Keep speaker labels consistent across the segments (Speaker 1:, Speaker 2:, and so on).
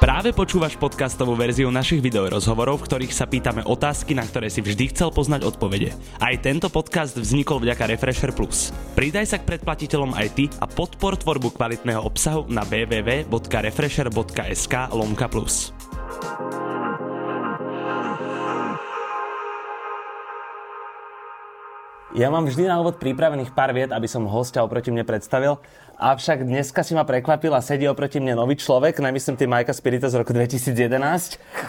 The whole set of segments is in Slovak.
Speaker 1: Práve počúvaš podcastovú verziu našich videorozhovorov, v ktorých sa pýtame otázky, na ktoré si vždy chcel poznať odpovede. Aj tento podcast vznikol vďaka Refresher Plus. Pridaj sa k predplatiteľom aj ty a podpor tvorbu kvalitného obsahu na www.refresher.sk lomka plus. Ja mám vždy na úvod pripravených pár viet, aby som hostia oproti mne predstavil. Avšak dneska si ma prekvapil a sedí oproti mne nový človek, nemyslím ty Majka Spirita z roku 2011,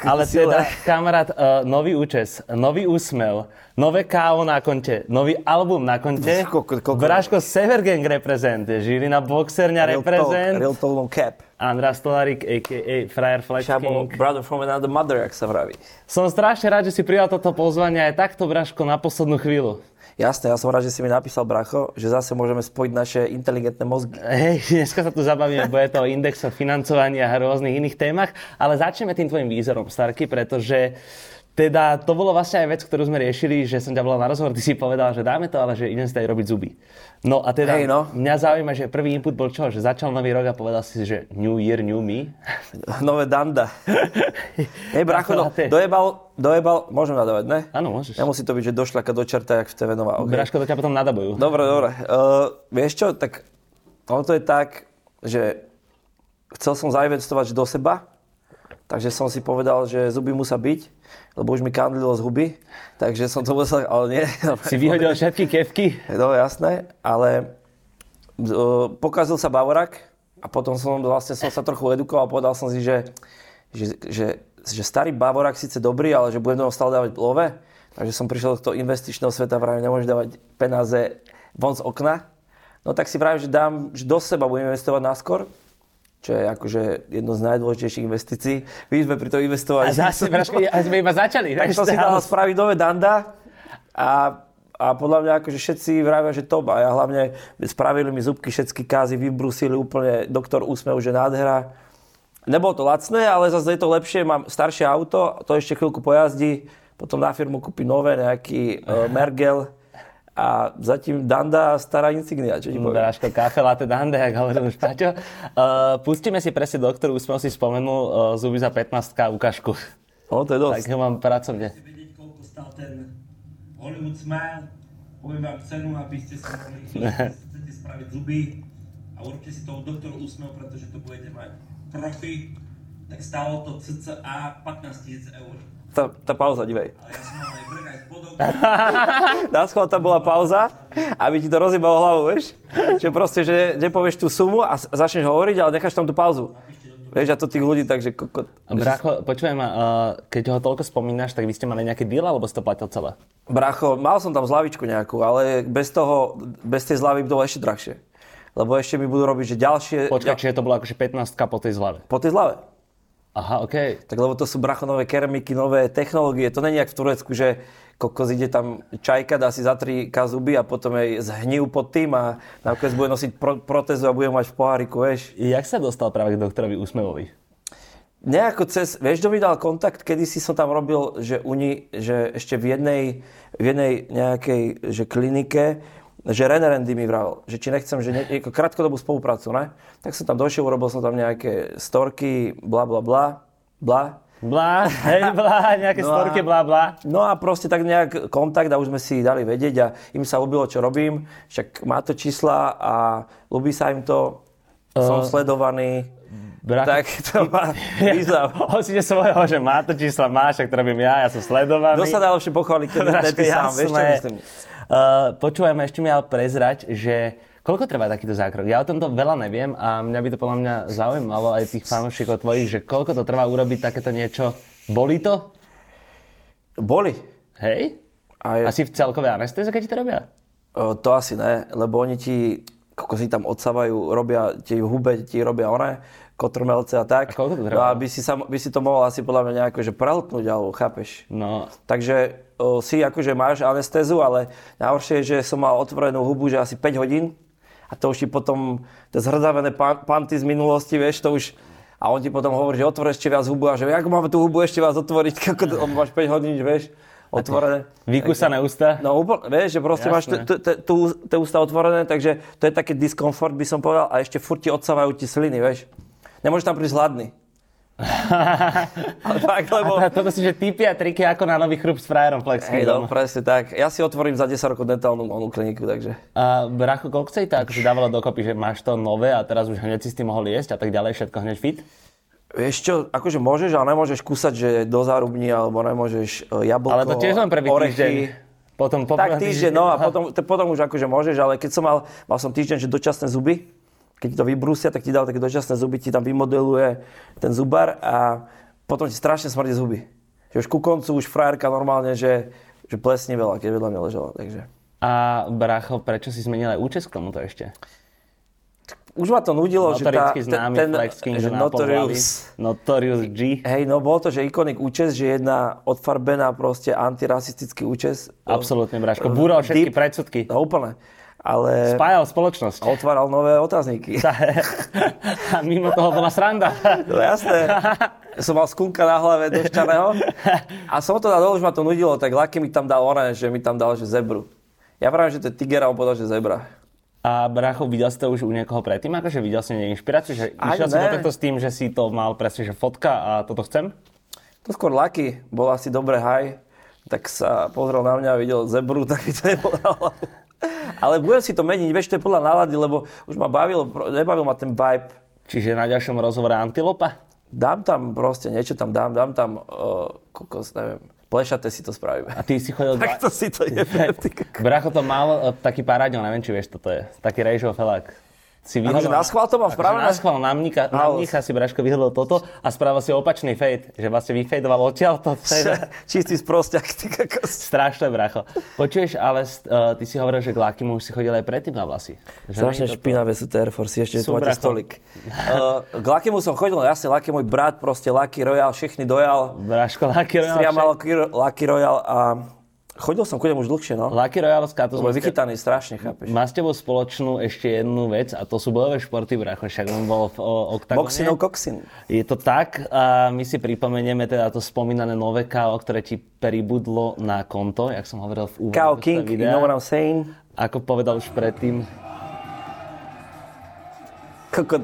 Speaker 1: ale teda kamarát, uh, nový účes, nový úsmev, nové KO na konte, nový album na konte,
Speaker 2: Ko- ko- ko-
Speaker 1: Braško Severgang reprezent, Žilina Boxerňa
Speaker 2: Real talk,
Speaker 1: reprezent,
Speaker 2: real talk, no cap.
Speaker 1: András Tolarik, a.k.a. Friar Flex
Speaker 2: Čabo,
Speaker 1: King.
Speaker 2: brother from another mother, jak sa vraví.
Speaker 1: Som strašne rád, že si prijal toto pozvanie aj takto, Braško, na poslednú chvíľu.
Speaker 2: Jasné, ja som rád, že si mi napísal, bracho, že zase môžeme spojiť naše inteligentné mozgy.
Speaker 1: Hej, dneska sa tu zabavíme, bude to o indexoch financovania a rôznych iných témach, ale začneme tým tvojim výzorom, Starky, pretože teda to bolo vlastne aj vec, ktorú sme riešili, že som ťa volal na rozhovor, ty si povedal, že dáme to, ale že idem si tady robiť zuby. No a teda
Speaker 2: Hej, no.
Speaker 1: mňa zaujíma, že prvý input bol čo, že začal nový rok a povedal si, že new year, new me.
Speaker 2: Nové danda. Hej, bracho, no,
Speaker 1: Akurát je.
Speaker 2: dojebal, dojebal, môžem nadávať, ne?
Speaker 1: Áno, môžeš.
Speaker 2: Nemusí to byť, že došľaka do čerta, jak v TV Nova. Okay.
Speaker 1: Braško to ťa potom nadabujú.
Speaker 2: Dobre, dobre. Uh, vieš čo, tak ono to je tak, že chcel som zainvestovať do seba, takže som si povedal, že zuby musia byť, lebo už mi kandlilo z huby, takže som to musel, ale nie.
Speaker 1: Si vyhodil všetky kevky.
Speaker 2: No jasné, ale uh, pokazil sa Bavorak a potom som vlastne som sa trochu edukoval, povedal som si, že, že, že, že starý Bavorak síce dobrý, ale že budem ho stále dávať love. Takže som prišiel do toho investičného sveta, vravím, nemôžeš dávať peniaze von z okna. No tak si vravím, že dám, že do seba budem investovať naskôr, čo je akože jedno z najdôležitejších investícií. My sme pri tom investovali.
Speaker 1: A zase, Braško, a sme iba začali.
Speaker 2: Tak som si dal spraviť nové danda a, a podľa mňa akože všetci vravia, že top. A ja hlavne spravili mi zubky, všetky kázy vybrusili úplne doktor úsmev, že nádhera. Nebolo to lacné, ale zase je to lepšie, mám staršie auto, to ešte chvíľku pojazdí, potom na firmu kúpi nové, nejaký uh, Mergel a zatím Danda a stará insignia, čo ti poviem.
Speaker 3: Mm,
Speaker 1: Bráško, kafe, latte, dande, jak hovoril už Paťo. Uh, pustíme si presne do ktorú sme si spomenul uh, zuby za 15 ukážku.
Speaker 2: No, to je dosť.
Speaker 1: Tak ho mám pracovne.
Speaker 3: Chcete vedieť, koľko stál ten Hollywood Smile? Poviem vám cenu, aby ste si mohli chcete spraviť zuby a určite si toho doktor úsmev, pretože to budete mať profi, tak stálo to cca 15 tisíc eur.
Speaker 2: Tá, tá pauza, divej.
Speaker 3: Ale ja som mal aj brk, aj spodok,
Speaker 2: Na schvál tam bola pauza, aby ti to rozjebalo hlavu, vieš? Že proste, že nepovieš tú sumu a s- začneš hovoriť, ale necháš tam tú pauzu. Vieš, a to tých ľudí, takže kokot.
Speaker 1: A Bracho, počujem ma, uh, keď ho toľko spomínaš, tak vy ste mali nejaký deal, alebo si to platil celé?
Speaker 2: Bracho, mal som tam zľavičku nejakú, ale bez toho, bez tej zľavy by to bolo ešte drahšie. Lebo ešte mi budú robiť, že ďalšie...
Speaker 1: Počkaj, čiže to bolo akože 15 po tej zlave.
Speaker 2: Po tej zľave.
Speaker 1: Aha, OK.
Speaker 2: Tak lebo to sú bracho nové keramiky, nové technológie. To není jak v Turecku, že kokos ide tam čajka, dá si za tri kazuby a potom jej zhnív pod tým a nakoniec bude nosiť pro- protezu a bude mať v poháriku, vieš.
Speaker 1: Jak sa dostal práve k doktorovi Úsmevovi?
Speaker 2: Nejako cez, vieš, kto mi dal kontakt, kedy si som tam robil, že, uni, že ešte v jednej, v jednej nejakej že klinike, že René Randy mi vravel, že či nechcem, že nie, ako krátkodobú spoluprácu, ne? Tak som tam došiel, urobil som tam nejaké storky, bla bla bla, bla.
Speaker 1: Blá, hej, blá, nejaké
Speaker 2: No a-
Speaker 1: storky, blá, blá.
Speaker 2: No a proste tak nejak kontakt a už sme si dali vedieť a im sa ľúbilo, čo robím, však má to čísla a ľúbi sa im to, som sledovaný,
Speaker 1: Bracho,
Speaker 2: tak to má význam.
Speaker 1: Hosíte svojho, že má to čísla, má, však to robím ja, ja som sledovaný.
Speaker 2: Kto sa najlepšie pochváli, keď
Speaker 1: Braško,
Speaker 2: ne ty sám, vieš čo
Speaker 1: jasné.
Speaker 2: myslím?
Speaker 1: Uh, počúvaj ma, ešte mi ale prezrať, že koľko trvá takýto zákrok? Ja o tomto veľa neviem a mňa by to podľa mňa zaujímalo aj tých fanúšikov tvojich, že koľko to trvá urobiť takéto niečo. Boli to?
Speaker 2: Boli.
Speaker 1: Hej?
Speaker 2: Aj,
Speaker 1: Asi
Speaker 2: asi...
Speaker 1: v celkovej anestéze, keď ti to robia?
Speaker 2: o, to asi ne, lebo oni ti, koľko si tam odsávajú, robia ti hube, ti robia one, kotrmelce a
Speaker 1: A
Speaker 2: tak.
Speaker 1: koľko to trvá?
Speaker 2: No a by si, sa, by si to mohol asi podľa mňa nejako, že prelknúť, alebo chápeš?
Speaker 1: No,
Speaker 2: Takže o, si akože máš anestézu, ale najhoršie je, že som mal otvorenú hubu, že asi 5 hodín a to už ti potom, to zhrdavené pan- panty z minulosti, vieš, to už a on ti potom hovorí, že otvor ešte viac hubu a že ako máme tú hubu ešte viac otvoriť, ako to, máš 5 hodín, vieš, otvorené.
Speaker 1: vykusané ústa.
Speaker 2: No úplne, vieš, že proste
Speaker 1: Jasné.
Speaker 2: máš t- t- t- tú- tie ústa otvorené, takže to je taký diskomfort, by som povedal, a ešte furt ti odsávajú ti sliny, vieš. Nemôžeš tam prísť hladný. Ale fakt, lebo...
Speaker 1: A to myslím, že tipy a triky ako na nový chrup s frajerom Flexky.
Speaker 2: Hej, no, presne tak. Ja si otvorím za 10 rokov dentálnu onu kliniku, takže...
Speaker 1: A Bracho, koľko sa ti tak akože dávalo dokopy, že máš to nové a teraz už hneď si s tým mohol jesť a tak ďalej, všetko hneď fit?
Speaker 2: Vieš čo, akože môžeš, ale nemôžeš kúsať, že do zárubní, alebo nemôžeš e, jablko,
Speaker 1: Ale to tiež len prvý
Speaker 2: orechy.
Speaker 1: týždeň. Potom po
Speaker 2: Tak týždeň, no a potom, t- potom už akože môžeš, ale keď som mal, mal som týždeň, že dočasné zuby, keď ti to vybrúsia, tak ti dal také dočasné zuby, ti tam vymodeluje ten zubar a potom ti strašne smrdí zuby. Že už ku koncu, už frajerka normálne, že, že plesní veľa, keď vedľa mňa ležela, takže...
Speaker 1: A Bracho, prečo si zmenil aj účes k tomuto ešte?
Speaker 2: Už ma to nudilo, že tá,
Speaker 1: Notoricky známy Flex King, že
Speaker 2: že
Speaker 1: na
Speaker 2: Notorious,
Speaker 1: Notorious. Notorious G.
Speaker 2: Hej, no bol to, že ikonik účes, že jedna odfarbená proste antirasistický účes.
Speaker 1: Absolútne, Braško. Búral všetky
Speaker 2: Deep.
Speaker 1: predsudky.
Speaker 2: No úplne. Ale
Speaker 1: Spájal spoločnosť.
Speaker 2: otváral nové otázniky.
Speaker 1: A mimo toho bola sranda.
Speaker 2: No jasné. Som mal skunka na hlave došťaného. A som to dal dole, už ma to nudilo, tak Laky mi tam dal one, že mi tam dal, že zebru. Ja pravím, že to je tiger a on povedal, že zebra.
Speaker 1: A Bracho, videl si to už u niekoho predtým? Akože videl si nejakú inšpiráciu? Že
Speaker 2: Ani
Speaker 1: išiel si
Speaker 2: ne.
Speaker 1: do tohto s tým, že si to mal presne, že fotka a toto chcem?
Speaker 2: To skôr Laky, bol asi dobre haj, tak sa pozrel na mňa a videl zebru, tak mi to nepovedal. Ale budem si to meniť, vieš, to je podľa nálady, lebo už ma bavilo, pro- nebavil ma ten vibe.
Speaker 1: Čiže na ďalšom rozhovore Antilopa?
Speaker 2: Dám tam proste, niečo tam dám, dám tam, uh, kokos, neviem, plešate si to spravíme.
Speaker 1: A ty si chodil... dva-
Speaker 2: Tak to si to je.
Speaker 1: Bracho to mal e, taký paráďo, neviem, či vieš, čo to je. Taký rejžov felák. Si vyhodol-
Speaker 2: Akože na schvál to
Speaker 1: Práve
Speaker 2: mám spravené?
Speaker 1: na schvál na mnícha, na
Speaker 2: Haos.
Speaker 1: mnícha si Braško vyhodol toto a spravil si opačný fade, že vlastne vyfadoval odtiaľ to.
Speaker 2: no.
Speaker 1: fade.
Speaker 2: Čistý sprostiak, ty kokos.
Speaker 1: Strašné bracho. Počuješ, ale uh, ty si hovoril, že k Lakimu už si chodil aj predtým na vlasy. Že
Speaker 2: Strašne
Speaker 1: nie je to-
Speaker 2: špinavé sú tie Air Force, ešte
Speaker 1: Sú
Speaker 2: tu máte
Speaker 1: bracho.
Speaker 2: stolik. Uh, k Lakimu som chodil, no jasne, Laky môj brat, proste Laky Royal, všechny dojal.
Speaker 1: Braško, Lucky
Speaker 2: Ja
Speaker 1: Royal.
Speaker 2: mal Lucky Royal a chodil som ku nemu už dlhšie, no.
Speaker 1: Lucky Royal s Katus.
Speaker 2: To bol vychytaný strašne, chápeš.
Speaker 1: Má s tebou spoločnú ešte jednu vec a to sú bojové športy, bracho, však on bol v o, oktagone.
Speaker 2: Boxinov koksin.
Speaker 1: Je to tak a my si pripomenieme teda to spomínané nové KO, ktoré ti pribudlo na konto, jak som hovoril v úvode.
Speaker 2: Kao
Speaker 1: tohto
Speaker 2: King, you
Speaker 1: videa.
Speaker 2: know what I'm saying?
Speaker 1: Ako povedal už predtým,
Speaker 2: Kokot.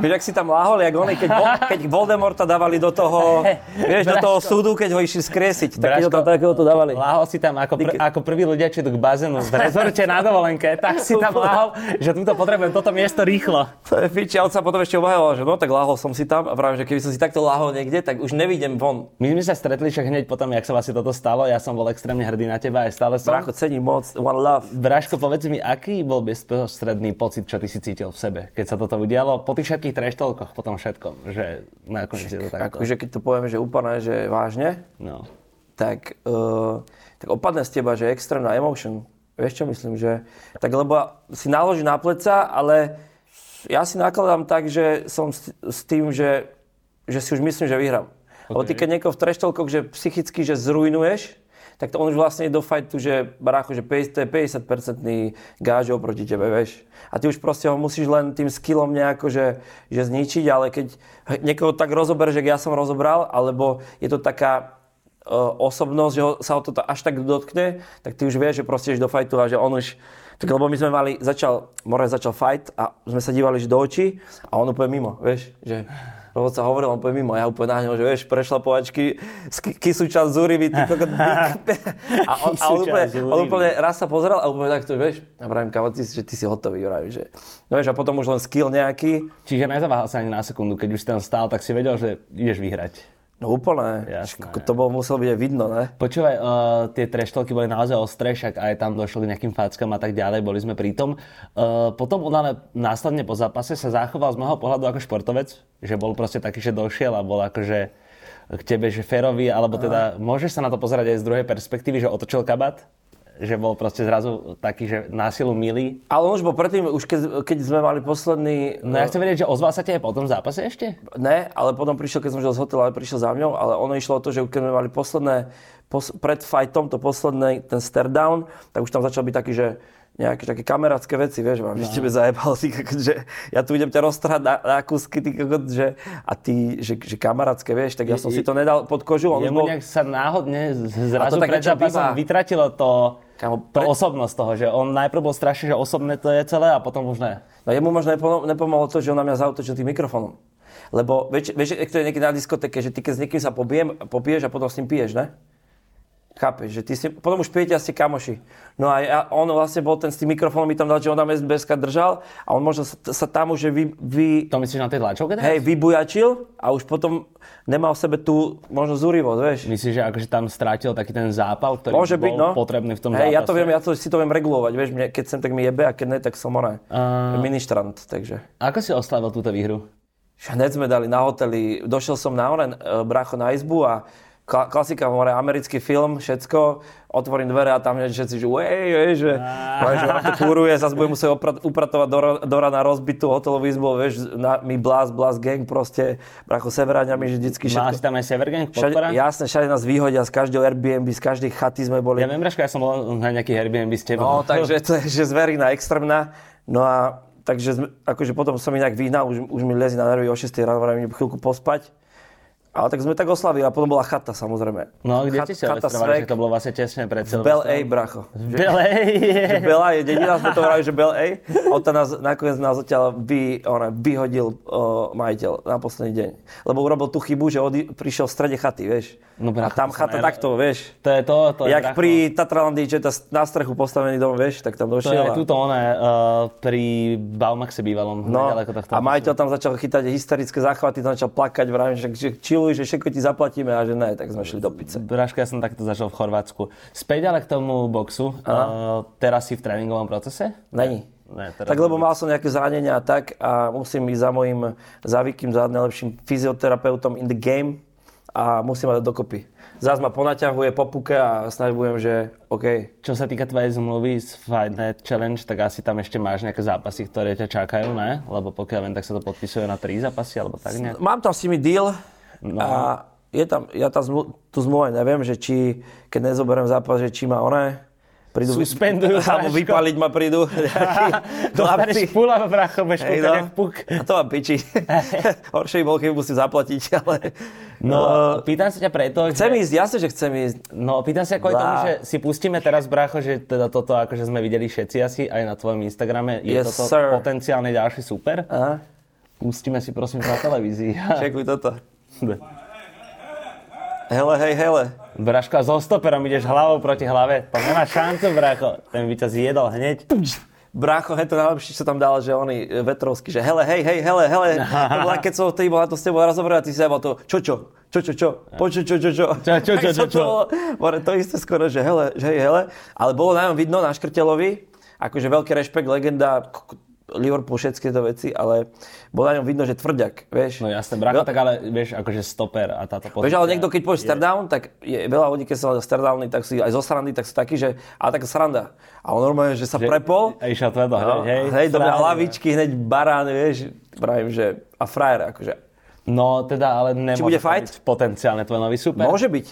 Speaker 2: Vieš, ak si tam láhol, jak oni, keď, Vol- keď Voldemorta dávali do toho, vieš, do toho súdu, keď ho išli skriesiť, tak keď ho tam takého to dávali.
Speaker 1: Láhol si tam ako, pr-
Speaker 2: Díky.
Speaker 1: ako prvý ľudia, čo idú k bazénu v rezorte na dovolenke, tak si tam láhol, že tuto potrebujem toto miesto rýchlo.
Speaker 2: To je fiči, a on sa potom ešte obhajoval, že no tak láhol som si tam a vravím, že keby som si takto láhol niekde, tak už nevidím von.
Speaker 1: My sme sa stretli však hneď potom, jak sa vlastne toto stalo, ja som bol extrémne hrdý na teba aj stále som.
Speaker 2: Brácho, cením moc, one love.
Speaker 1: Braško, povedz mi, aký bol bezprostredný pocit, čo ty si cítil v sebe, keď sa toto udialo, po tých všetkých treštolkoch, po tom všetkom, že nakoniec je to takto.
Speaker 2: Akože keď to poviem, že úplne, že vážne,
Speaker 1: No.
Speaker 2: tak, uh, tak opadne z teba, že extrémna emotion. Vieš čo myslím, že... Tak lebo si naloží na pleca, ale ja si nakladám tak, že som s, s tým, že, že si už myslím, že vyhrám. Okay. Lebo ty keď niekoho v treštolkoch, že psychicky, že zrujnuješ, tak to on už vlastne ide do fajtu, že barácho, že 50, to je 50-percentný gáž oproti tebe, vieš. A ty už proste ho musíš len tým skillom nejako, že, že zničiť, ale keď niekoho tak rozoberieš, jak ja som rozobral, alebo je to taká e, osobnosť, že ho, sa ho toto až tak dotkne, tak ty už vieš, že proste ideš do fajtu a že on už... Tak lebo my sme mali, začal, Moraj začal fight a sme sa dívali že do očí a on úplne mimo, vieš, že Robot sa hovoril, on úplne mimo, ja úplne na ňo, že vieš, prešla povačky, Kisúčan Zurivy, ty kokot, a on, a on, úplne, on úplne raz sa pozrel a úplne takto, vieš, a vravím, kámo, ty, si- že ty si hotový, vravím, že, no vieš, a potom už len skill nejaký,
Speaker 1: Čiže nezaváhal sa ani na sekundu, keď už si tam stál, tak si vedel, že ideš vyhrať.
Speaker 2: no úplne,
Speaker 1: Jasné.
Speaker 2: Kokot, to bolo, muselo byť aj vidno, ne?
Speaker 1: Počúvaj, uh, tie treštolky boli naozaj ostré, však aj tam došlo k nejakým fackám a tak ďalej, boli sme pri tom. Uh, potom on ale následne po zápase sa zachoval z môjho pohľadu ako športovec, že bol proste taký, že došiel a bol akože k tebe, že ferový, alebo teda môžeš sa na to pozerať aj z druhej perspektívy, že otočil kabát, že bol proste zrazu taký, že násilu milý.
Speaker 2: Ale on už bol predtým, už keď, keď sme mali posledný...
Speaker 1: No ja chcem vedieť, že ozval sa ti aj po tom zápase ešte?
Speaker 2: Ne, ale potom prišiel, keď som šiel z hotela, prišiel za mňou, ale ono išlo o to, že keď sme mali posledné, pos, pred fightom, to posledné, ten stare down, tak už tam začal byť taký, že nejaké také kamerácké veci, vieš,
Speaker 1: No.
Speaker 2: mám, že tebe zajebal, ty, kokot, že ja tu idem ťa roztrhať na, na kusky, ty, kokot, že, a ty, že, že kamerácké, vieš, tak ja som si to nedal pod kožu, on už
Speaker 1: Jemu
Speaker 2: bol,
Speaker 1: nejak sa náhodne z- zrazu
Speaker 2: A to tak
Speaker 1: pred
Speaker 2: niečo
Speaker 1: zápasom
Speaker 2: býva.
Speaker 1: vytratilo to,
Speaker 2: Kámo,
Speaker 1: to
Speaker 2: pre-
Speaker 1: osobnosť toho, že on najprv bol strašne, že osobné to je celé a potom už ne.
Speaker 2: no jemu možno nepomo- nepomohlo to, že on na mňa zautočil tým mikrofonom. Lebo vieš, vieš ak to je niekedy na diskoteke, že ty keď s niekým sa pobijem, popiješ a potom s ním piješ, ne? Chápeš, že ty si, potom už pijete a ste kamoši. No a ja, on vlastne bol ten s tým mikrofónom, mi tam dal, že on tam SBSK držal a on možno sa, sa tam už že vy, vy,
Speaker 1: To myslíš na tej tlačovke teraz?
Speaker 2: hej, vybujačil a už potom nemal v sebe tú možno zúrivosť, vieš.
Speaker 1: Myslíš, že akože tam strátil taký ten zápal, ktorý
Speaker 2: Môže
Speaker 1: bol
Speaker 2: byť, no.
Speaker 1: potrebný v tom zápase?
Speaker 2: Hej, ja to viem, ja to, si to viem regulovať, vieš, mne, keď sem tak mi jebe a keď ne, tak som ona.
Speaker 1: A-
Speaker 2: Ministrant, takže.
Speaker 1: Ako si oslavil túto výhru?
Speaker 2: Hneď sme dali na hoteli, došiel som na onen, e, bracho na izbu a kla, klasika more, americký film, všetko, otvorím dvere a tam hneď všetci, že uej, uej, že,
Speaker 1: Ah.
Speaker 2: uej, že ona to kúruje, zase budem musieť oprat, upratovať do, ro- do rana rozbitú hotelovú izbu, vieš, na, my blast, blast gang proste, bracho severáňa, my vždycky
Speaker 1: Mal si
Speaker 2: všetko.
Speaker 1: tam aj Severgang
Speaker 2: Všade,
Speaker 1: podpora? ja...
Speaker 2: jasne, všade nás vyhodia z každého Airbnb, z každej chaty sme boli.
Speaker 1: ja viem, Raško, ja som bol na nejaký Airbnb s tebou.
Speaker 2: No, takže to je že zverina extrémna. No a takže sme- akože potom som inak vyhnal, už, už mi lezi na nervy o 6 ráno, hovorím, idem chvíľku pospať. Ale tak sme tak oslavili a potom bola chata samozrejme.
Speaker 1: No, kde ste sa
Speaker 2: chata
Speaker 1: ostrovali, že
Speaker 2: Svek,
Speaker 1: to bolo vlastne tesne pred celým.
Speaker 2: Bel A, bracho. Že- že
Speaker 1: Belej!
Speaker 2: Bela je dedina, sme to hovorili, že Bel A. A Od nás, nakoniec nás odtiaľ vy, ona, vyhodil o, majiteľ na posledný deň. Lebo urobil tú chybu, že odi, prišiel v strede chaty, vieš.
Speaker 1: No,
Speaker 2: a
Speaker 1: bracho,
Speaker 2: tam
Speaker 1: to sa
Speaker 2: chata
Speaker 1: najra-
Speaker 2: takto, vieš.
Speaker 1: To je to, to je
Speaker 2: Jak
Speaker 1: dracho.
Speaker 2: pri Tatralandii, čo je tá, na strechu postavený dom, vieš, tak tam
Speaker 1: To
Speaker 2: došiel.
Speaker 1: je
Speaker 2: a-
Speaker 1: tuto oné, uh, pri Baumaxe bývalom,
Speaker 2: No,
Speaker 1: nedaleko tohto.
Speaker 2: a majiteľ tam začal chytať hysterické záchvaty, tam začal plakať, vravím, že, že chilluj, že všetko ti zaplatíme a že ne, tak sme šli do pice.
Speaker 1: Dražka, ja som takto zažil v Chorvátsku. Späť ale k tomu boxu. Uh, teraz si v tréningovom procese?
Speaker 2: Není.
Speaker 1: Ne, teraz
Speaker 2: Tak lebo mal som nejaké zranenia a tak a musím ísť za mojim závikým, za najlepším fyzioterapeutom in the game a musím ma dať dokopy. Zás ma ponaťahuje, popuke a snáď budem, že OK,
Speaker 1: Čo sa týka tvojej zmluvy z Fight Night Challenge, tak asi tam ešte máš nejaké zápasy, ktoré ťa čakajú, ne? Lebo pokiaľ viem, tak sa to podpisuje na tri zápasy, alebo tak nejak.
Speaker 2: Mám tam s nimi deal
Speaker 1: No.
Speaker 2: a je tam, ja tam zmlu, tú zmluvu aj neviem, že či, keď nezoberiem zápas, že či ma one prídu... vy-
Speaker 1: Suspendujú
Speaker 2: Alebo
Speaker 1: Saško.
Speaker 2: vypaliť ma prídu nejakí chlapci.
Speaker 1: Dostaneš pula v bracho, budeš
Speaker 2: Hej,
Speaker 1: kúkať
Speaker 2: no.
Speaker 1: jak puk.
Speaker 2: A to vám piči. Horšie by bol, keď musím zaplatiť, ale...
Speaker 1: No, pýtam sa ťa preto,
Speaker 2: Chcem
Speaker 1: že...
Speaker 2: ísť, jasne, že chcem ísť.
Speaker 1: No, pýtam sa kvôli
Speaker 2: Blá.
Speaker 1: tomu, že si pustíme teraz, bracho, že teda toto, akože sme videli všetci asi, aj na tvojom Instagrame, je
Speaker 2: Yes,
Speaker 1: toto
Speaker 2: sir.
Speaker 1: potenciálne ďalší super.
Speaker 2: Aha,
Speaker 1: Pustíme si prosím na televízii.
Speaker 2: čekuj toto. Hele, hej, hele.
Speaker 1: Braško, a so stoperom ideš hlavou proti hlave. To nemá šancu, bracho. Ten by ťa zjedol hneď.
Speaker 2: Brácho, hej, to najlepšie, čo tam dal, že oni e, Vetrovský, že hele, hej, hej, hele, hele. To bola, keď som vtedy bola to s tebou raz dobré, a ty si aj bol to, čo, čo, čo, čo, čo, počo, čo, čo, čo.
Speaker 1: Čo, čo, čo,
Speaker 2: Tak
Speaker 1: čo, čo.
Speaker 2: som to bolo, more, to isté skoro, že hele, že hej, hele. Ale bolo nám vidno na Škrtelovi, akože veľký rešpekt, legenda, k- k- Liverpool, všetky tieto veci, ale bolo na ňom vidno, že tvrďak, vieš.
Speaker 1: No jasné, bracho,
Speaker 2: Veľ-
Speaker 1: tak ale vieš, akože stoper a táto pozícia.
Speaker 2: Vieš, ale niekto, keď povieš stardown, tak je veľa ľudí, keď sa stardowny, tak sú aj zo srandy, tak sú takí, že a taká sranda. A on normálne, že sa prepol.
Speaker 1: A išiel teda hneď,
Speaker 2: No,
Speaker 1: hej.
Speaker 2: hej, hej dobre,
Speaker 1: Správne.
Speaker 2: lavičky, hneď barán, vieš, pravím, že a frajer, akože.
Speaker 1: No teda, ale nemôže
Speaker 2: bude
Speaker 1: to
Speaker 2: fight?
Speaker 1: byť potenciálne tvoj nový super.
Speaker 2: Môže byť.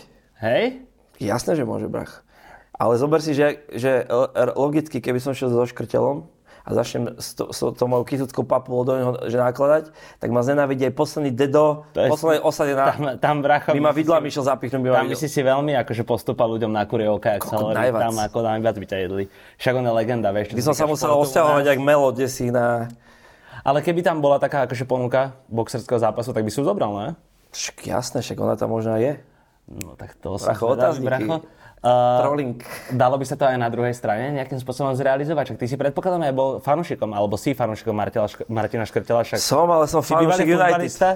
Speaker 1: Hej?
Speaker 2: Jasné, že môže, brach. Ale zober si, že, že l- r- logicky, keby som šiel so škrtelom a začnem s, to, s tou mojou kysuckou papulou do neho že nakladať, tak ma znenávidí aj posledný dedo,
Speaker 1: To je-
Speaker 2: poslednej osade
Speaker 1: Tam,
Speaker 2: na...
Speaker 1: tam bracho,
Speaker 2: By ma vidla, mi išiel zapichnúť, by ma
Speaker 1: tam by
Speaker 2: videl.
Speaker 1: si si veľmi akože postúpal ľuďom na kuriovka, jak sa
Speaker 2: Kokot,
Speaker 1: hovorí,
Speaker 2: najviac.
Speaker 1: tam ako najviac by ťa jedli. Však on je legenda, vieš. čo
Speaker 2: By som
Speaker 1: týka
Speaker 2: sa musel
Speaker 1: športu u nás.
Speaker 2: osťahovať, jak melo, kde si na...
Speaker 1: Ale keby tam bola taká akože ponuka boxerského zápasu, tak by si ju zobral, ne?
Speaker 2: Však jasné, však ona tam možno aj je.
Speaker 1: No tak to som
Speaker 2: Bracho,
Speaker 1: zvedavý,
Speaker 2: otázniky.
Speaker 1: bracho. Uh,
Speaker 2: Trolling.
Speaker 1: Dalo by sa to aj na druhej strane nejakým spôsobom zrealizovať. Však ty si predpokladám aj bol fanušikom, alebo si fanušikom Martela, Šk- Martina Škrtela, však
Speaker 2: Som, ale som
Speaker 1: si bývalý
Speaker 2: fanúšik United.
Speaker 1: futbalista.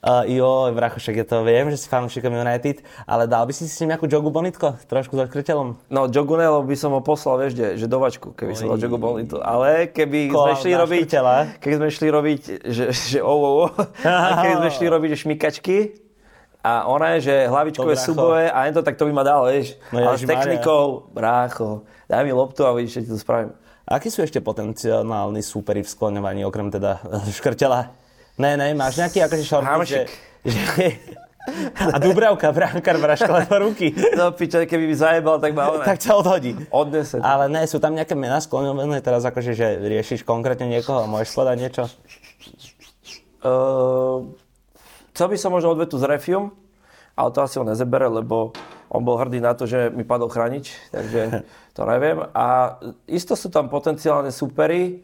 Speaker 1: Uh, jo, bracho, však ja to viem, že si fanušikom United, ale dal by si si s ním nejakú jogu bonitko, trošku so Škrtelom.
Speaker 2: No, Jogunelo by som ho poslal, vieš, kde, že dovačku, keby som dal
Speaker 1: Oj.
Speaker 2: Jogu Bonitu. Ale keby
Speaker 1: Koala
Speaker 2: sme šli
Speaker 1: na
Speaker 2: robiť,
Speaker 1: škrtela.
Speaker 2: keby sme šli robiť, že, že o, o, o, a keby sme šli robiť šmikačky, a ona je, že
Speaker 1: To
Speaker 2: hlavičkové
Speaker 1: brácho.
Speaker 2: súboje a jen to, tak to by ma dal, vieš.
Speaker 1: No
Speaker 2: ale
Speaker 1: Ježišmaria.
Speaker 2: s technikou, brácho, daj mi loptu a vidíš, že ti to spravím.
Speaker 1: Akí sú ešte potenciálni súperi v skloňovaní, okrem teda eh, Škrtela? Ne, ne, máš nejaký akože šortút, že,
Speaker 2: Hamšik.
Speaker 1: že... A Dubravka, Brankar, Braško, lebo ruky.
Speaker 2: No, piče, keby mi zajebal, tak ma ona
Speaker 1: Tak ťa odhodí.
Speaker 2: odnese.
Speaker 1: Ale ne, sú tam nejaké mená skloňované teraz, akože, že riešiš konkrétne niekoho, môžeš sledať niečo?
Speaker 2: Uh, chcel by som možno odvetu z Refium, ale to asi on nezebere, lebo on bol hrdý na to, že mi padol chránič, takže to neviem. A isto sú tam potenciálne supery.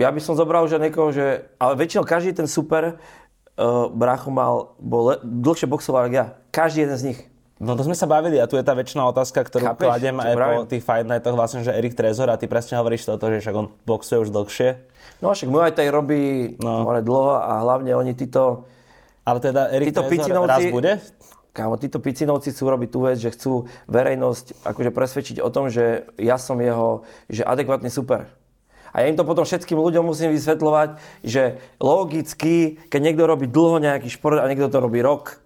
Speaker 2: Ja by som zobral že niekoho, že... Ale väčšinou každý ten super uh, brácho mal, bol le, dlhšie boxoval ako ja. Každý jeden z nich.
Speaker 1: No to sme sa bavili a tu je tá väčšiná otázka, ktorú
Speaker 2: Chápeš,
Speaker 1: kladiem
Speaker 2: čo
Speaker 1: aj po
Speaker 2: pravím?
Speaker 1: tých fight nightoch vlastne, že Erik Trezor a ty presne hovoríš toto, že však on boxuje už dlhšie.
Speaker 2: No a však Muay Thai robí
Speaker 1: No.
Speaker 2: no. dlho a hlavne oni títo,
Speaker 1: Ale teda Erik
Speaker 2: títo
Speaker 1: Trezor raz
Speaker 2: picinovci...
Speaker 1: bude?
Speaker 2: Kámo, títo picinovci chcú robiť tú vec, že chcú verejnosť akože presvedčiť o tom, že ja som jeho že adekvátny super. A ja im to potom všetkým ľuďom musím vysvetľovať, že logicky, keď niekto robí dlho nejaký šport a niekto to robí rok,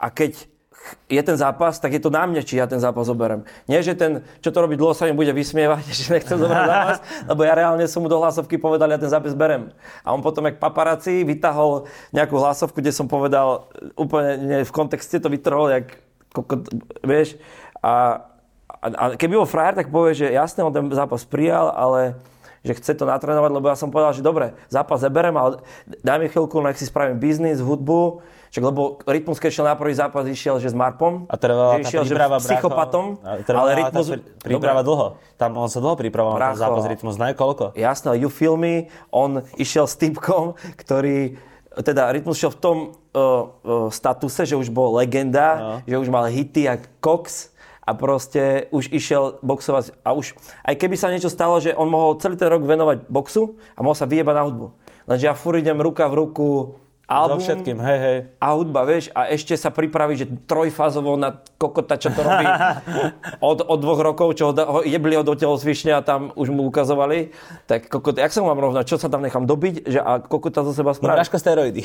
Speaker 2: a keď ch- je ten zápas, tak je to na mne, či ja ten zápas zoberiem. Nie, že ten, čo to robí dlho, sa mi bude vysmievať, že nechcem zobrať zápas, lebo ja reálne som mu do hlasovky povedal, ja ten zápas berem. A on potom, jak paparazzi, vytahol nejakú hlasovku, kde som povedal, e, úplne ne, v kontexte to vytrhol, jak, kokot, vieš, a, a, a keby bol frajer, tak povie, že jasne, on ten zápas prijal, ale že chce to natrénovať, lebo ja som povedal, že dobre, zápas zeberem, ale daj mi chvíľku, nech si spravím biznis, hudbu, však lebo Rytmus, keď šiel na prvý zápas, išiel, že s Marpom,
Speaker 1: A trvala tá
Speaker 2: že išiel, že
Speaker 1: príprava brácho-
Speaker 2: psychopatom,
Speaker 1: a trvala
Speaker 2: ale
Speaker 1: tá
Speaker 2: Rytmus...
Speaker 1: pr- príprava
Speaker 2: Dobre,
Speaker 1: dlho. Tam on sa dlho pripravoval na ten
Speaker 2: Brácho.
Speaker 1: zápas Rytmus, na koľko?
Speaker 2: Jasné, You Feel Me, on išiel s typkom, ktorý teda Rytmus šiel v tom uh, uh, statuse, že už bol legenda, že už mal hity a Cox a proste už išiel boxovať a už, aj keby sa niečo stalo, že on mohol celý ten rok venovať boxu a mohol sa vyjebať na hudbu. Lenže ja furt idem ruka v ruku
Speaker 1: So
Speaker 2: album,
Speaker 1: všetkým, hej, hej.
Speaker 2: a hudba, vieš, a ešte sa pripraví, že trojfázovo na kokota, čo to robí od, od dvoch rokov, čo ho, da- ho jebli od oteľov z višne a tam už mu ukazovali, tak kokot, jak sa mu mám rovnať, čo sa tam nechám dobiť, že a kokota zo seba
Speaker 1: No,
Speaker 2: spraví,
Speaker 1: Braško steroidy.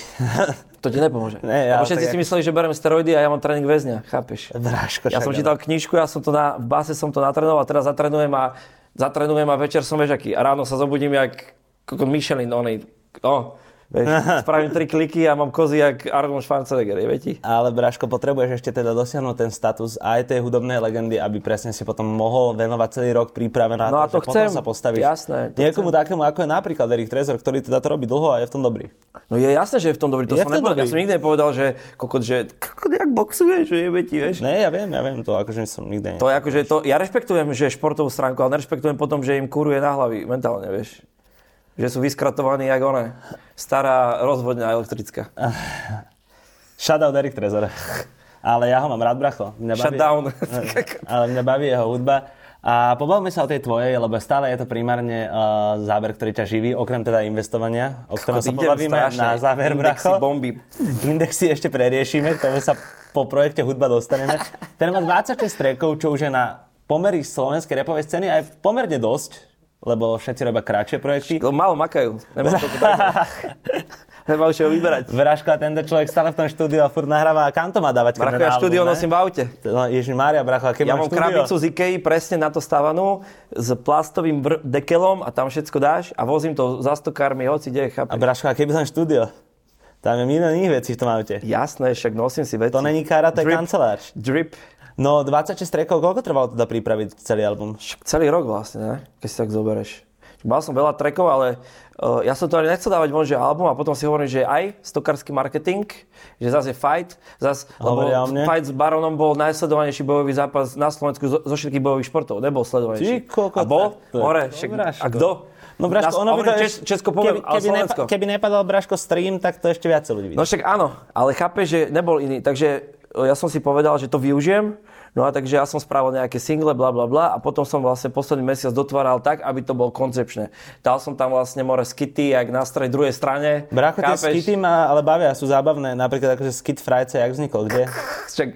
Speaker 2: to ti nepomôže.
Speaker 1: Ne, ja
Speaker 2: Lebo všetci
Speaker 1: tak
Speaker 2: si mysleli, že berem steroidy a ja mám tréning väzňa, chápeš?
Speaker 1: Braško,
Speaker 2: Ja som
Speaker 1: však,
Speaker 2: čítal knižku, ja som to na, v base som to natrénoval, teraz zatrénujem a, zatrénujem a večer som vežaký. A ráno sa zobudím jak kokot Michelin, oný, no, vieš, spravím tri kliky a mám kozy jak Arnold Schwarzenegger, je vieti?
Speaker 1: Ale Braško, potrebuješ ešte teda dosiahnuť ten status aj tej hudobnej legendy, aby presne si potom mohol venovať celý rok príprave na
Speaker 2: No a to
Speaker 1: že
Speaker 2: chcem.
Speaker 1: potom sa postavíš
Speaker 2: Jasné, to
Speaker 1: niekomu takému, ako je napríklad Erik Trezor, ktorý teda to robí dlho a je v tom dobrý.
Speaker 2: No je jasné, že je v tom dobrý, to
Speaker 1: Je
Speaker 2: som
Speaker 1: v tom
Speaker 2: nepovedal. Ja
Speaker 1: dobrý.
Speaker 2: som nikdy nepovedal, že kokot, že kokot, jak boxuješ, že jebe ti, vieš.
Speaker 1: Ne, ja viem, ja viem to, akože som nikdy ne...
Speaker 2: To je akože, to, ja rešpektujem, že športovú stránku, ale nerešpektujem potom, že im kuruje na hlavy mentálne, vieš. Že sú vyskratovaní jak one. Stará rozvodňa elektrická.
Speaker 1: Shoutout Erik Trezor. Ale ja ho mám rád, bracho. Mňa baví,
Speaker 2: Shutdown.
Speaker 1: ale mňa baví jeho hudba. A pobavme sa o tej tvojej, lebo stále je to primárne uh, záber, ktorý ťa živí, okrem teda investovania, o ktorom sa
Speaker 2: Idem
Speaker 1: pobavíme
Speaker 2: strašne.
Speaker 1: na záver,
Speaker 2: Indexy,
Speaker 1: bracho.
Speaker 2: bomby.
Speaker 1: Indexy ešte preriešime, k tomu sa po projekte hudba dostaneme. Ten má 26 trackov, čo už je na pomery slovenskej repovej scény aj pomerne dosť, lebo všetci robia kratšie projekty.
Speaker 2: Lebo málo makajú. Nemá to Nemá čo vyberať.
Speaker 1: Vražko a tento človek stále v tom štúdiu a furt nahráva. A kam to má dávať? keď
Speaker 2: Bracho,
Speaker 1: na
Speaker 2: ja
Speaker 1: album,
Speaker 2: štúdio
Speaker 1: ne?
Speaker 2: nosím v aute.
Speaker 1: No, Ježiš Mária, bracho, aké
Speaker 2: Ja mám krabicu z Ikei presne na to stávanú s plastovým br- dekelom a tam všetko dáš a vozím to za stokármi, hoci
Speaker 1: A
Speaker 2: kde, chápeš?
Speaker 1: braško, aké by som štúdio? Tam je milión iných vecí v tom aute.
Speaker 2: Jasné, však nosím si veci.
Speaker 1: To není karate
Speaker 2: Drip.
Speaker 1: kancelár.
Speaker 2: Drip.
Speaker 1: No, 26 trackov, koľko trvalo teda pripraviť celý album?
Speaker 2: Však celý rok vlastne, ne? keď si tak zoberieš. Mal som veľa trackov, ale uh, ja som to ani nechcel dávať von, že album a potom si hovorím, že aj stokarský marketing, že zase je fight, zase,
Speaker 1: Hovoria o mne?
Speaker 2: fight s Baronom bol najsledovanejší bojový zápas na Slovensku zo, zo všetkých bojových športov, nebol
Speaker 1: Ty
Speaker 2: sledovanejší.
Speaker 1: kokot,
Speaker 2: a bol?
Speaker 1: tak to je-
Speaker 2: More,
Speaker 1: to
Speaker 2: však,
Speaker 1: Braško.
Speaker 2: a kto?
Speaker 1: No Braško,
Speaker 2: Nás-
Speaker 1: ono by to
Speaker 2: hovorím Čes-
Speaker 1: ešte-
Speaker 2: Česko poviem, ale
Speaker 1: keby,
Speaker 2: Slovensko.
Speaker 1: nepa- keby nepadal Braško stream, tak to ešte viac ľudí vidí.
Speaker 2: No však áno, ale chápe, že nebol iný. Takže e, ja som si povedal, že to využijem. No a takže ja som spravil nejaké single, bla bla bla a potom som vlastne posledný mesiac dotváral tak, aby to bolo koncepčné. Dal som tam vlastne more skity, jak na strej druhej strane.
Speaker 1: Bracho, tie
Speaker 2: No, Chápeš?
Speaker 1: skity ma ale bavia, sú zábavné. Napríklad akože skit frajce, jak vznikol, kde?
Speaker 2: Však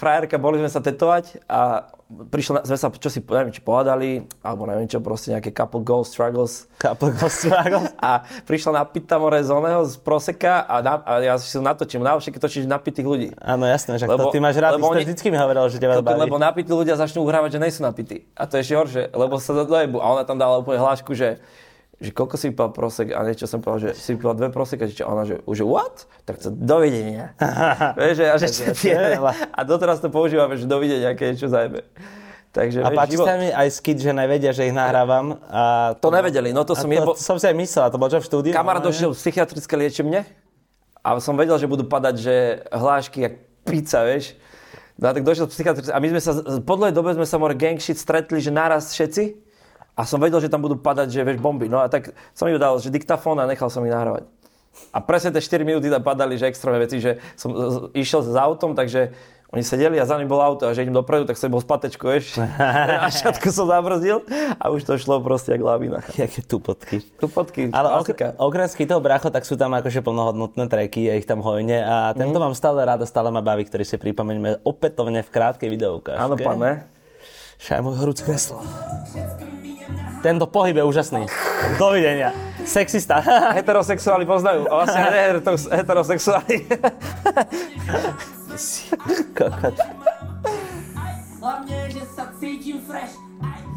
Speaker 2: frajerka, boli sme sa tetovať a prišli, sme sa čo si, neviem, či pohádali, alebo neviem čo, proste nejaké couple goals, struggles.
Speaker 1: Couple Ghost Struggles.
Speaker 2: A prišla napitá more z oného, z proseka a, na, a ja si natočím, na všetky točíš napitých ľudí.
Speaker 1: Áno, jasné, že
Speaker 2: Lebo-
Speaker 1: to ty máš rád, ty
Speaker 2: lebo
Speaker 1: si to
Speaker 2: oni-
Speaker 1: vždycky mi hovoril, že teba to
Speaker 2: Toto,
Speaker 1: baví.
Speaker 2: lebo napití ľudia začnú uhrávať, že nejsú napití. A to je ešte horšie, lebo sa do- dojebu. A ona tam dala úplne hlášku, že že koľko si vypil prosek a niečo som povedal, že si vypil dve proseka, či čo? A ona, že už what? Tak to dovidenia. vieš, že, a, že, čo
Speaker 1: to je
Speaker 2: tie-
Speaker 1: veľa.
Speaker 2: a doteraz to používame, že dovidenia, keď niečo zajme. Takže,
Speaker 1: A
Speaker 2: vieš,
Speaker 1: páči
Speaker 2: život-
Speaker 1: sa mi aj skit, že nevedia, že ich nahrávam. A
Speaker 2: To nevedeli, no to
Speaker 1: a
Speaker 2: som
Speaker 1: to,
Speaker 2: jebo...
Speaker 1: som si aj myslel, a to bol čo v štúdiu? No,
Speaker 2: Kamarát
Speaker 1: normálne?
Speaker 2: došiel v psychiatrické liečebne a som vedel, že budú padať, že hlášky jak pizza, vieš. No a tak došiel psychiatrické a my sme sa, z- po dlhej dobe sme sa more gang shit stretli, že naraz všetci a som vedel, že tam budú padať, že vieš, bomby. No a tak som im dal, že diktafón a nechal som ich nahrávať. A presne tie 4 minúty tam padali, že extrémne veci, že som z- z- išiel s autom, takže oni sedeli a za nimi bolo auto a že idem dopredu, tak som bol s patečkou, vieš. A šatku som zabrzdil a už to šlo proste jak lavina.
Speaker 1: Jaké tupotky.
Speaker 2: Tu fotky,
Speaker 1: Ale
Speaker 2: klasika.
Speaker 1: ok- okrem Skytov bracho, tak sú tam akože plnohodnotné treky, je ich tam hojne a
Speaker 2: Mhm.
Speaker 1: tento mám stále rád a stále ma baví, ktorý si pripomeňme opätovne v krátkej videoukážke.
Speaker 2: Áno, pán, ne?
Speaker 1: Šaj môj horúc kreslo. Tento pohyb je úžasný. Dovidenia. Sexista.
Speaker 2: Heterosexuáli poznajú. A vlastne aj neheterosex- heterosexuáli.
Speaker 1: Kokot.
Speaker 4: Hlavne, že sa cítim fresh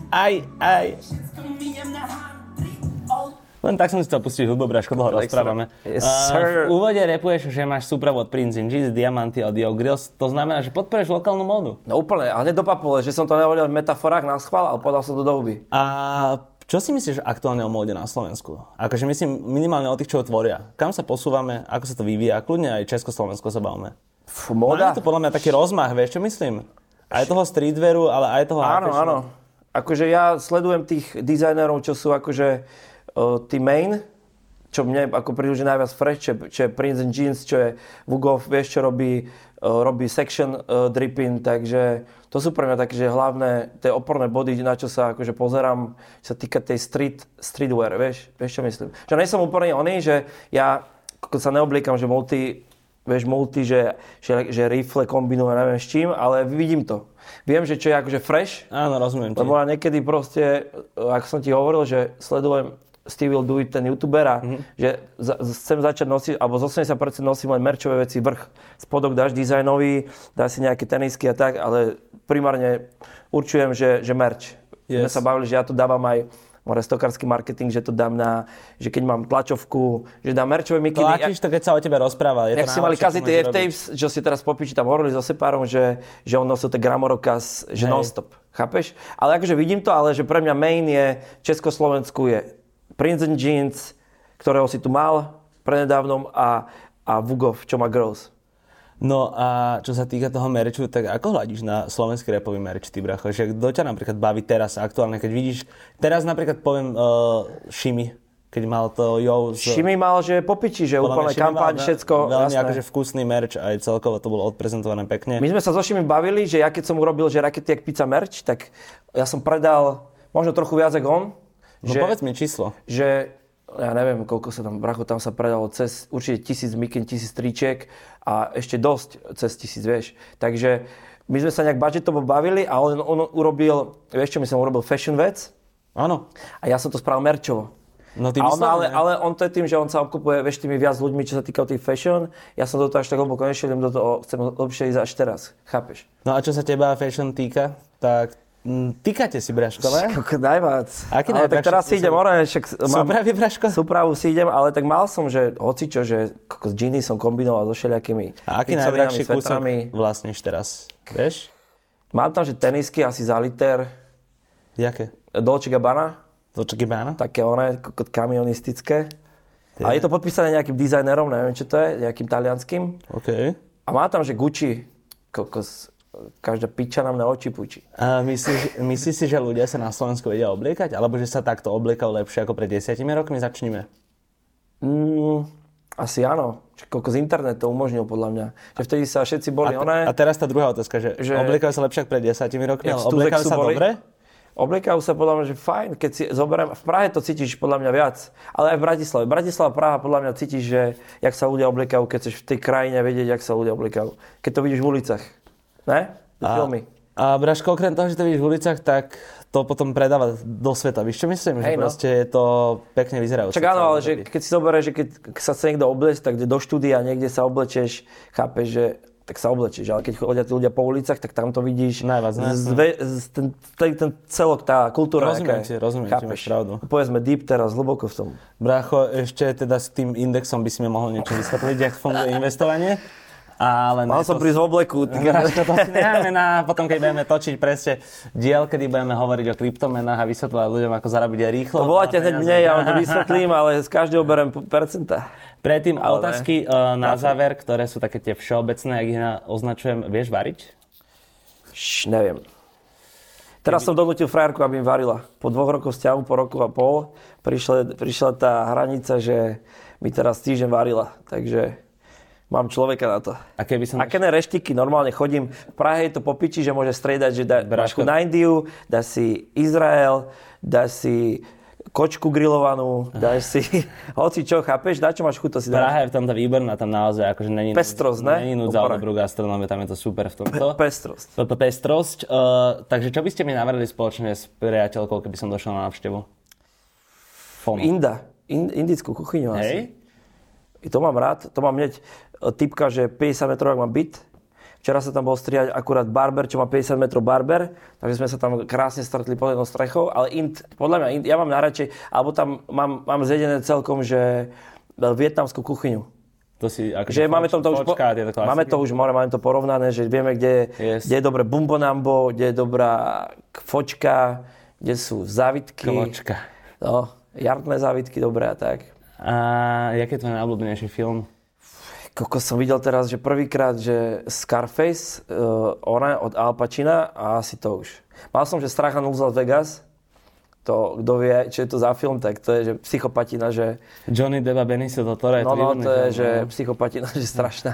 Speaker 4: Aj
Speaker 1: Aj, aj.
Speaker 4: všetko miniem na hám 3, old
Speaker 1: Len tak som si to pustil hudobráško, dlho
Speaker 2: Extra.
Speaker 1: rozprávame.
Speaker 2: Yes,
Speaker 1: A
Speaker 2: sir.
Speaker 1: v úvode repuješ, že máš súpravod Prince in Jeans, Diamanty od Yo Grills. To znamená, že podporuješ lokálnu módu.
Speaker 2: No úplne, ale hneď do papule, že som to nehovoril v metaforách na schvál, ale podal som to do huby.
Speaker 1: A čo si myslíš aktuálne o móde na Slovensku? Akože myslím minimálne o tých, čo ho tvoria. Kam sa posúvame, ako sa to vyvíja, kľudne aj Československo sa bavme.
Speaker 2: Fú,
Speaker 1: Má
Speaker 2: moda?
Speaker 1: to podľa mňa taký rozmach, vieš čo myslím? Aj toho streetwearu, ale aj toho...
Speaker 2: Áno,
Speaker 1: artisanu.
Speaker 2: áno. Akože ja sledujem tých dizajnerov, čo sú akože uh, tí main, čo mne ako prídu, že najviac fresh, čo, je- čo je Prince and Jeans, čo je Vugov, vieš, čo robí, uh, robí section uh, dripping, takže to sú pre mňa také, že hlavné, tie oporné body, na čo sa akože pozerám, čo sa týka tej street, streetwear, vieš, vieš čo myslím. Že nie som úplne oný, že ja kokos, sa neobliekam, že multi, vieš, multi, že, že, že rifle kombinujú, neviem s čím, ale vidím to. Viem, že čo je akože fresh,
Speaker 1: Áno, rozumiem ti.
Speaker 2: lebo ja niekedy proste, e, ako som ti hovoril, že sledujem Steve Will Do It, ten youtuber, a že za, z- chcem začať nosiť, alebo z 80% nosím len merčové veci, vrch, spodok dáš dizajnový, dá si nejaké tenisky a tak, ale primárne určujem, že, že merč. Yes. Sme
Speaker 1: Yes.
Speaker 2: sa bavili, že ja to dávam aj restokársky marketing, že to dám na, že keď mám tlačovku, že dám merčové mikiny.
Speaker 1: Tlačíš to, keď sa o tebe rozprával. Je to
Speaker 2: Jak si mali
Speaker 1: najlepšie, čo
Speaker 2: kaziť tie
Speaker 1: môžeš robiť.
Speaker 2: F-tapes, čo si teraz popíči, tam hovorili so Sepárom, že, že on nosil ten gramorokaz,
Speaker 1: Hej.
Speaker 2: že non-stop. Chápeš? Ale akože vidím to, ale že pre mňa main je Československu je Prince and Jeans, ktorého si tu mal prednedávnom a, a Vugov, čo má Girls.
Speaker 1: No a čo sa týka toho merču, tak ako hľadíš na slovenský repový merč, ty bracho? Že kto ťa napríklad baví teraz aktuálne, keď vidíš, teraz napríklad poviem uh, Šimi, keď mal to Jo z...
Speaker 2: Šimi mal, že popiči, že
Speaker 1: Podľa mňa
Speaker 2: úplne
Speaker 1: Šimi
Speaker 2: kampaň,
Speaker 1: mal
Speaker 2: všetko.
Speaker 1: Veľmi
Speaker 2: jasné.
Speaker 1: akože vkusný merč, aj celkovo to bolo odprezentované pekne.
Speaker 2: My sme sa so Šimim bavili, že ja keď som urobil, že rakety jak pizza merch, tak ja som predal možno trochu viac ako on.
Speaker 1: No
Speaker 2: že-
Speaker 1: povedz mi číslo.
Speaker 2: že ja neviem, koľko sa tam, bracho, tam sa predalo cez určite tisíc mikin, tisíc tričiek a ešte dosť cez tisíc, vieš. Takže my sme sa nejak budžetovo bavili a on, on urobil, vieš čo, my som urobil fashion vec
Speaker 1: Áno.
Speaker 2: a ja som to spravil merčovo.
Speaker 1: No ty
Speaker 2: a on,
Speaker 1: vyslovene.
Speaker 2: ale, ale on to je tým, že on sa obkupuje, vieš, tými viac ľuďmi, čo sa týka tej fashion. Ja som do toho až tak hlboko nešiel, idem do toho chcem lepšie ísť až teraz, chápeš?
Speaker 1: No a čo sa teba fashion týka, tak mm, týkate si, braškové.
Speaker 2: Koko, najviac.
Speaker 1: Aký
Speaker 2: ale
Speaker 1: najdrahší
Speaker 2: tak teraz si
Speaker 1: spôsob?
Speaker 2: idem, orane, však mám,
Speaker 1: Súpravy, Braško?
Speaker 2: Súpravu si idem, ale tak mal som, že hocičo, že kokos džiny som kombinoval so všelijakými
Speaker 1: A aký
Speaker 2: pizzovinami,
Speaker 1: najdrahší kúsok
Speaker 2: svetrami.
Speaker 1: vlastníš teraz? Vieš?
Speaker 2: Mám tam, že tenisky asi za liter,
Speaker 1: Jaké?
Speaker 2: Dolce Gabbana,
Speaker 1: To čo Gabbana?
Speaker 2: také one, kokot kamionistické. A je to podpísané nejakým dizajnerom, neviem čo to je, nejakým talianským.
Speaker 1: OK.
Speaker 2: A má tam, že Gucci, kokos, každá piča nám na oči pučí.
Speaker 1: A myslíš, myslíš si, že ľudia sa na Slovensku vedia obliekať? Alebo že sa takto obliekajú lepšie ako pred desiatimi rokmi? Začnime.
Speaker 2: Mm, asi áno. Čiže Koľko z internetu umožnil podľa mňa. Že vtedy sa všetci
Speaker 1: A,
Speaker 2: boli
Speaker 1: te-
Speaker 2: oné.
Speaker 1: a teraz tá druhá otázka, že, že
Speaker 2: Že-
Speaker 1: obliekajú sa lepšie ako pred desiatimi rokmi,
Speaker 2: jak
Speaker 1: ale
Speaker 2: z Tuzexu
Speaker 1: obliekajú sa
Speaker 2: boli.
Speaker 1: dobre?
Speaker 2: Obliekajú sa podľa mňa, že fajn, keď si zoberiem, v Prahe to cítiš podľa mňa viac, ale aj v Bratislave. Bratislava, Praha podľa mňa cítiš, že jak sa ľudia obliekajú, keď chceš v tej krajine vedieť, jak sa ľudia obliekajú. Keď to vidíš v uliciach. Ne? A... Filmy.
Speaker 1: a Braško, okrem toho, že to vidíš v uliciach, tak to potom predáva do sveta. Víš, čo myslím? Že
Speaker 2: Hej, no.
Speaker 1: proste je to pekne vyzerajúce.
Speaker 2: Čak áno,
Speaker 1: celé
Speaker 2: ale
Speaker 1: to
Speaker 2: že
Speaker 1: robí.
Speaker 2: keď si zoberieš, že keď sa chce niekto obliecť, tak do štúdia niekde sa oblečieš, chápeš, že tak sa oblečieš, ale keď chodia tí ľudia po ulicách, tak tam to vidíš.
Speaker 1: Najviac, ne?
Speaker 2: zve, z, ten, ten, ten celok, tá kultúra.
Speaker 1: Rozumiem
Speaker 2: aká je.
Speaker 1: ti, rozumiem ti, máš pravdu.
Speaker 2: Povedzme deep teraz, hlboko v tom.
Speaker 1: Bracho, ešte teda s tým indexom by si mi mohol niečo vysvetliť, jak funguje investovanie. Ale
Speaker 2: Mal
Speaker 1: ne, to-
Speaker 2: som prísť v obleku. ty
Speaker 1: Ináč to si necháme na, potom keď budeme točiť presne diel, kedy budeme hovoriť o kryptomenách a vysvetľovať ľuďom, ako zarobiť aj rýchlo.
Speaker 2: Voláte
Speaker 1: A
Speaker 2: hneď
Speaker 1: peniaze.
Speaker 2: mne, ja vám to vysvetlím, ale z každého berem p- percentá.
Speaker 1: Predtým
Speaker 2: Ale-
Speaker 1: otázky eh, na záver, ktoré sú také tie všeobecné, ak ich na- označujem, vieš variť?
Speaker 2: Šš, neviem. Teraz som donútil frajerku, aby mi varila. Po dvoch rokoch vzťahu, po roku a pol, prišla, prišla tá hranica, že mi teraz týždeň varila. Takže mám človeka na to.
Speaker 1: A keby som...
Speaker 2: Aké ne reštiky, normálne chodím. V Prahe je to popiči, že môže striedať, že dá, máš
Speaker 1: Bráško.
Speaker 2: chuť na Indiu, dá si Izrael, dá si kočku grillovanú, dáš si hoci čo, chápeš, na čo máš chuť, to si dáš.
Speaker 1: Praha je v tomto výborná, tam naozaj akože není...
Speaker 2: Pestrosť, ne?
Speaker 1: Není núdza o
Speaker 2: Opravdu.
Speaker 1: dobrú gastronómiu, tam je to super v tomto.
Speaker 2: Pestrosť.
Speaker 1: Toto pestrosť. Uh, takže čo by ste mi navrhli spoločne s priateľkou, keby som došiel na návštevu? FOMO.
Speaker 2: Inda. In, indickú kuchyňu asi.
Speaker 1: Hej?
Speaker 2: I to mám rád, to mám hneď e, typka, že 50 metrov, ak mám byt. Včera sa tam bol strihať akurát barber, čo má 50 metrov barber, takže sme sa tam krásne stretli pod jednou strechou, ale int, podľa mňa, int, ja mám najradšej, alebo tam mám, mám zjedené celkom, že e, vietnamskú kuchyňu.
Speaker 1: To si akože...
Speaker 2: Že máme, to, to už, po,
Speaker 1: fočka, tieto klasiky.
Speaker 2: máme to už more, máme to porovnané, že vieme, kde,
Speaker 1: Yes.
Speaker 2: yes. kde je dobré bumbonambo, kde je dobrá fočka, kde sú závitky.
Speaker 1: Kločka.
Speaker 2: No, jarné závitky, dobré a tak.
Speaker 1: A jaký je tvoj najobľúbenejší film?
Speaker 2: Koko som videl teraz, že prvýkrát, že Scarface, uh, ona od Al Pacina a asi to už. Mal som, že Strachan z Las Vegas, to kto vie, čo je to za film, tak to je, že psychopatina, že...
Speaker 1: Johnny Depp a Benicio del Toro je
Speaker 2: No,
Speaker 1: to
Speaker 2: no,
Speaker 1: výborný
Speaker 2: to je,
Speaker 1: film,
Speaker 2: že
Speaker 1: no.
Speaker 2: psychopatina, že strašná.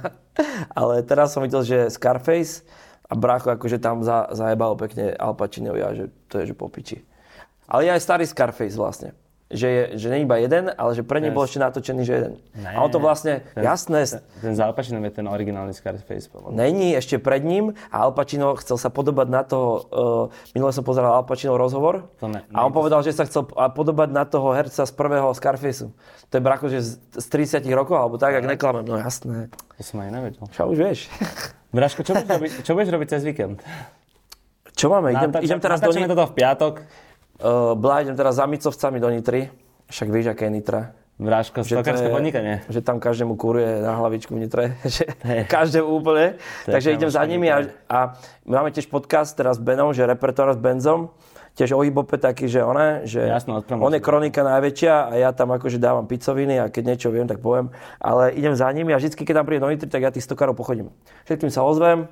Speaker 2: Ale teraz som videl, že Scarface a brácho akože tam za, zajebal pekne Al Pacinovi a že to je, že popiči. Ale je aj starý Scarface vlastne. Že, je, že nie iba jeden, ale že pre ne bol ešte natočený, že jeden.
Speaker 1: Ne.
Speaker 2: A on to vlastne,
Speaker 1: Ten-
Speaker 2: jasné,
Speaker 1: Ten zápačný je ten originálny Scarface. podľa mňa.
Speaker 2: Není ešte pred ním a Al Pacino chcel sa podobať na toho, uh, minule som pozeral Al Pacinov rozhovor
Speaker 1: To ne-
Speaker 2: a on povedal, že sa chcel a- podobať na toho herca z prvého Scarfaceu. To je brako, že z, z 30 rokov alebo tak, ak neklamem. No jasné,
Speaker 1: To som aj nevedel.
Speaker 2: čo už vieš.
Speaker 1: Braško, čo budeš robiť, čo budeš robiť cez víkend?
Speaker 2: Čo máme? Idem,
Speaker 1: Natáča-
Speaker 2: idem teraz do
Speaker 1: natáčame
Speaker 2: Nitry.
Speaker 1: toto v piatok.
Speaker 2: Uh, blá, idem teraz za Micovcami do Nitry. Však vieš, aké je Nitra.
Speaker 1: Braško,
Speaker 2: to
Speaker 1: stokárske
Speaker 2: je-
Speaker 1: podnikanie.
Speaker 2: Že tam každému kuruje na hlavičku v Nitre. Že každému úplne. Takže idem za
Speaker 1: kamoška
Speaker 2: nimi a, a máme tiež podcast teraz s Benom, že repertoár s Benzom. Tiež o hibope taký, že ona, že
Speaker 1: Jasno, odpromocuj.
Speaker 2: on je kronika najväčšia a ja tam akože dávam picoviny a keď niečo viem, tak poviem. Ale idem za nimi a vždy, keď tam príde do Nitry, tak ja tých stokárov pochodím. Všetkým sa ozvem,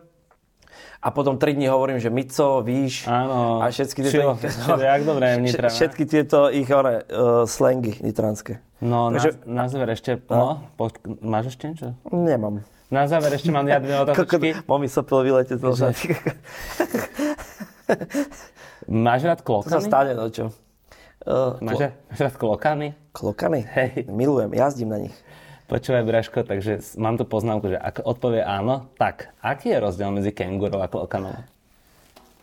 Speaker 2: a potom 3 dní hovorím, že Mico, Víš
Speaker 1: Áno,
Speaker 2: a všetky
Speaker 1: chill,
Speaker 2: tieto...
Speaker 1: chill, jak dobré v Nitre, ne?
Speaker 2: Všetky tieto ich ore, uh, slangy nitranské.
Speaker 1: No,
Speaker 2: Takže-
Speaker 1: na, na záver ešte... No, po, máš ešte niečo?
Speaker 2: Nemám.
Speaker 1: Na záver ešte mám ja dve otázočky.
Speaker 2: Mami sa pel vylete to sa
Speaker 1: Máš rád
Speaker 2: To sa
Speaker 1: klokany?
Speaker 2: stane, no čo. Uh,
Speaker 1: Máš
Speaker 2: klo-
Speaker 1: rád, máš rád klokany?
Speaker 2: klokany?
Speaker 1: Hej.
Speaker 2: Milujem, jazdím na nich.
Speaker 1: Počúvaj, Braško, takže s- mám tu poznámku, že ak odpovie áno, tak aký je rozdiel medzi kengurou a klokanom?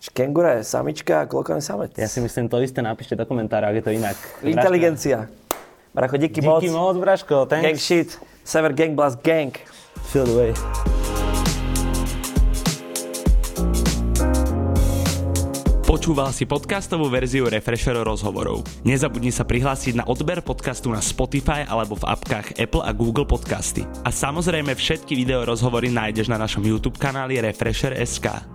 Speaker 2: Čiže Kengura je samička a klokan je samec.
Speaker 1: Ja si myslím, to isté napíšte do komentára, ak je to inak. Braško,
Speaker 2: Inteligencia. Bracho, díky,
Speaker 1: Díky
Speaker 2: moc.
Speaker 1: moc, Braško.
Speaker 2: Gang
Speaker 1: Thanks.
Speaker 2: shit. Sever Gang Blast Gang. Feel the way.
Speaker 5: Počúval si podcastovú verziu Refresher rozhovorov. Nezabudni sa prihlásiť na odber podcastu na Spotify alebo v apkách Apple a Google Podcasty. A samozrejme všetky video rozhovory nájdeš na našom YouTube kanáli Refresher.sk.